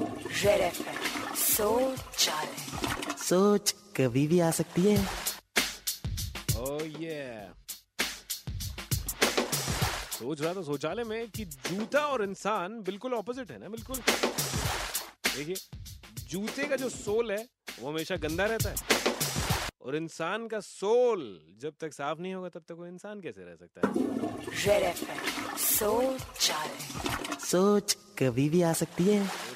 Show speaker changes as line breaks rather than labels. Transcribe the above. Red F सोच चाहे
सोच कभी भी आ सकती है
Oh yeah. सोच रहा था शौचालय में कि जूता और इंसान बिल्कुल ऑपोजिट है ना बिल्कुल देखिए जूते का जो सोल है वो हमेशा गंदा रहता है और इंसान का सोल जब तक साफ नहीं होगा तब तक वो इंसान कैसे रह सकता है
रेड एफ सोच चाहे
सोच कभी भी आ सकती है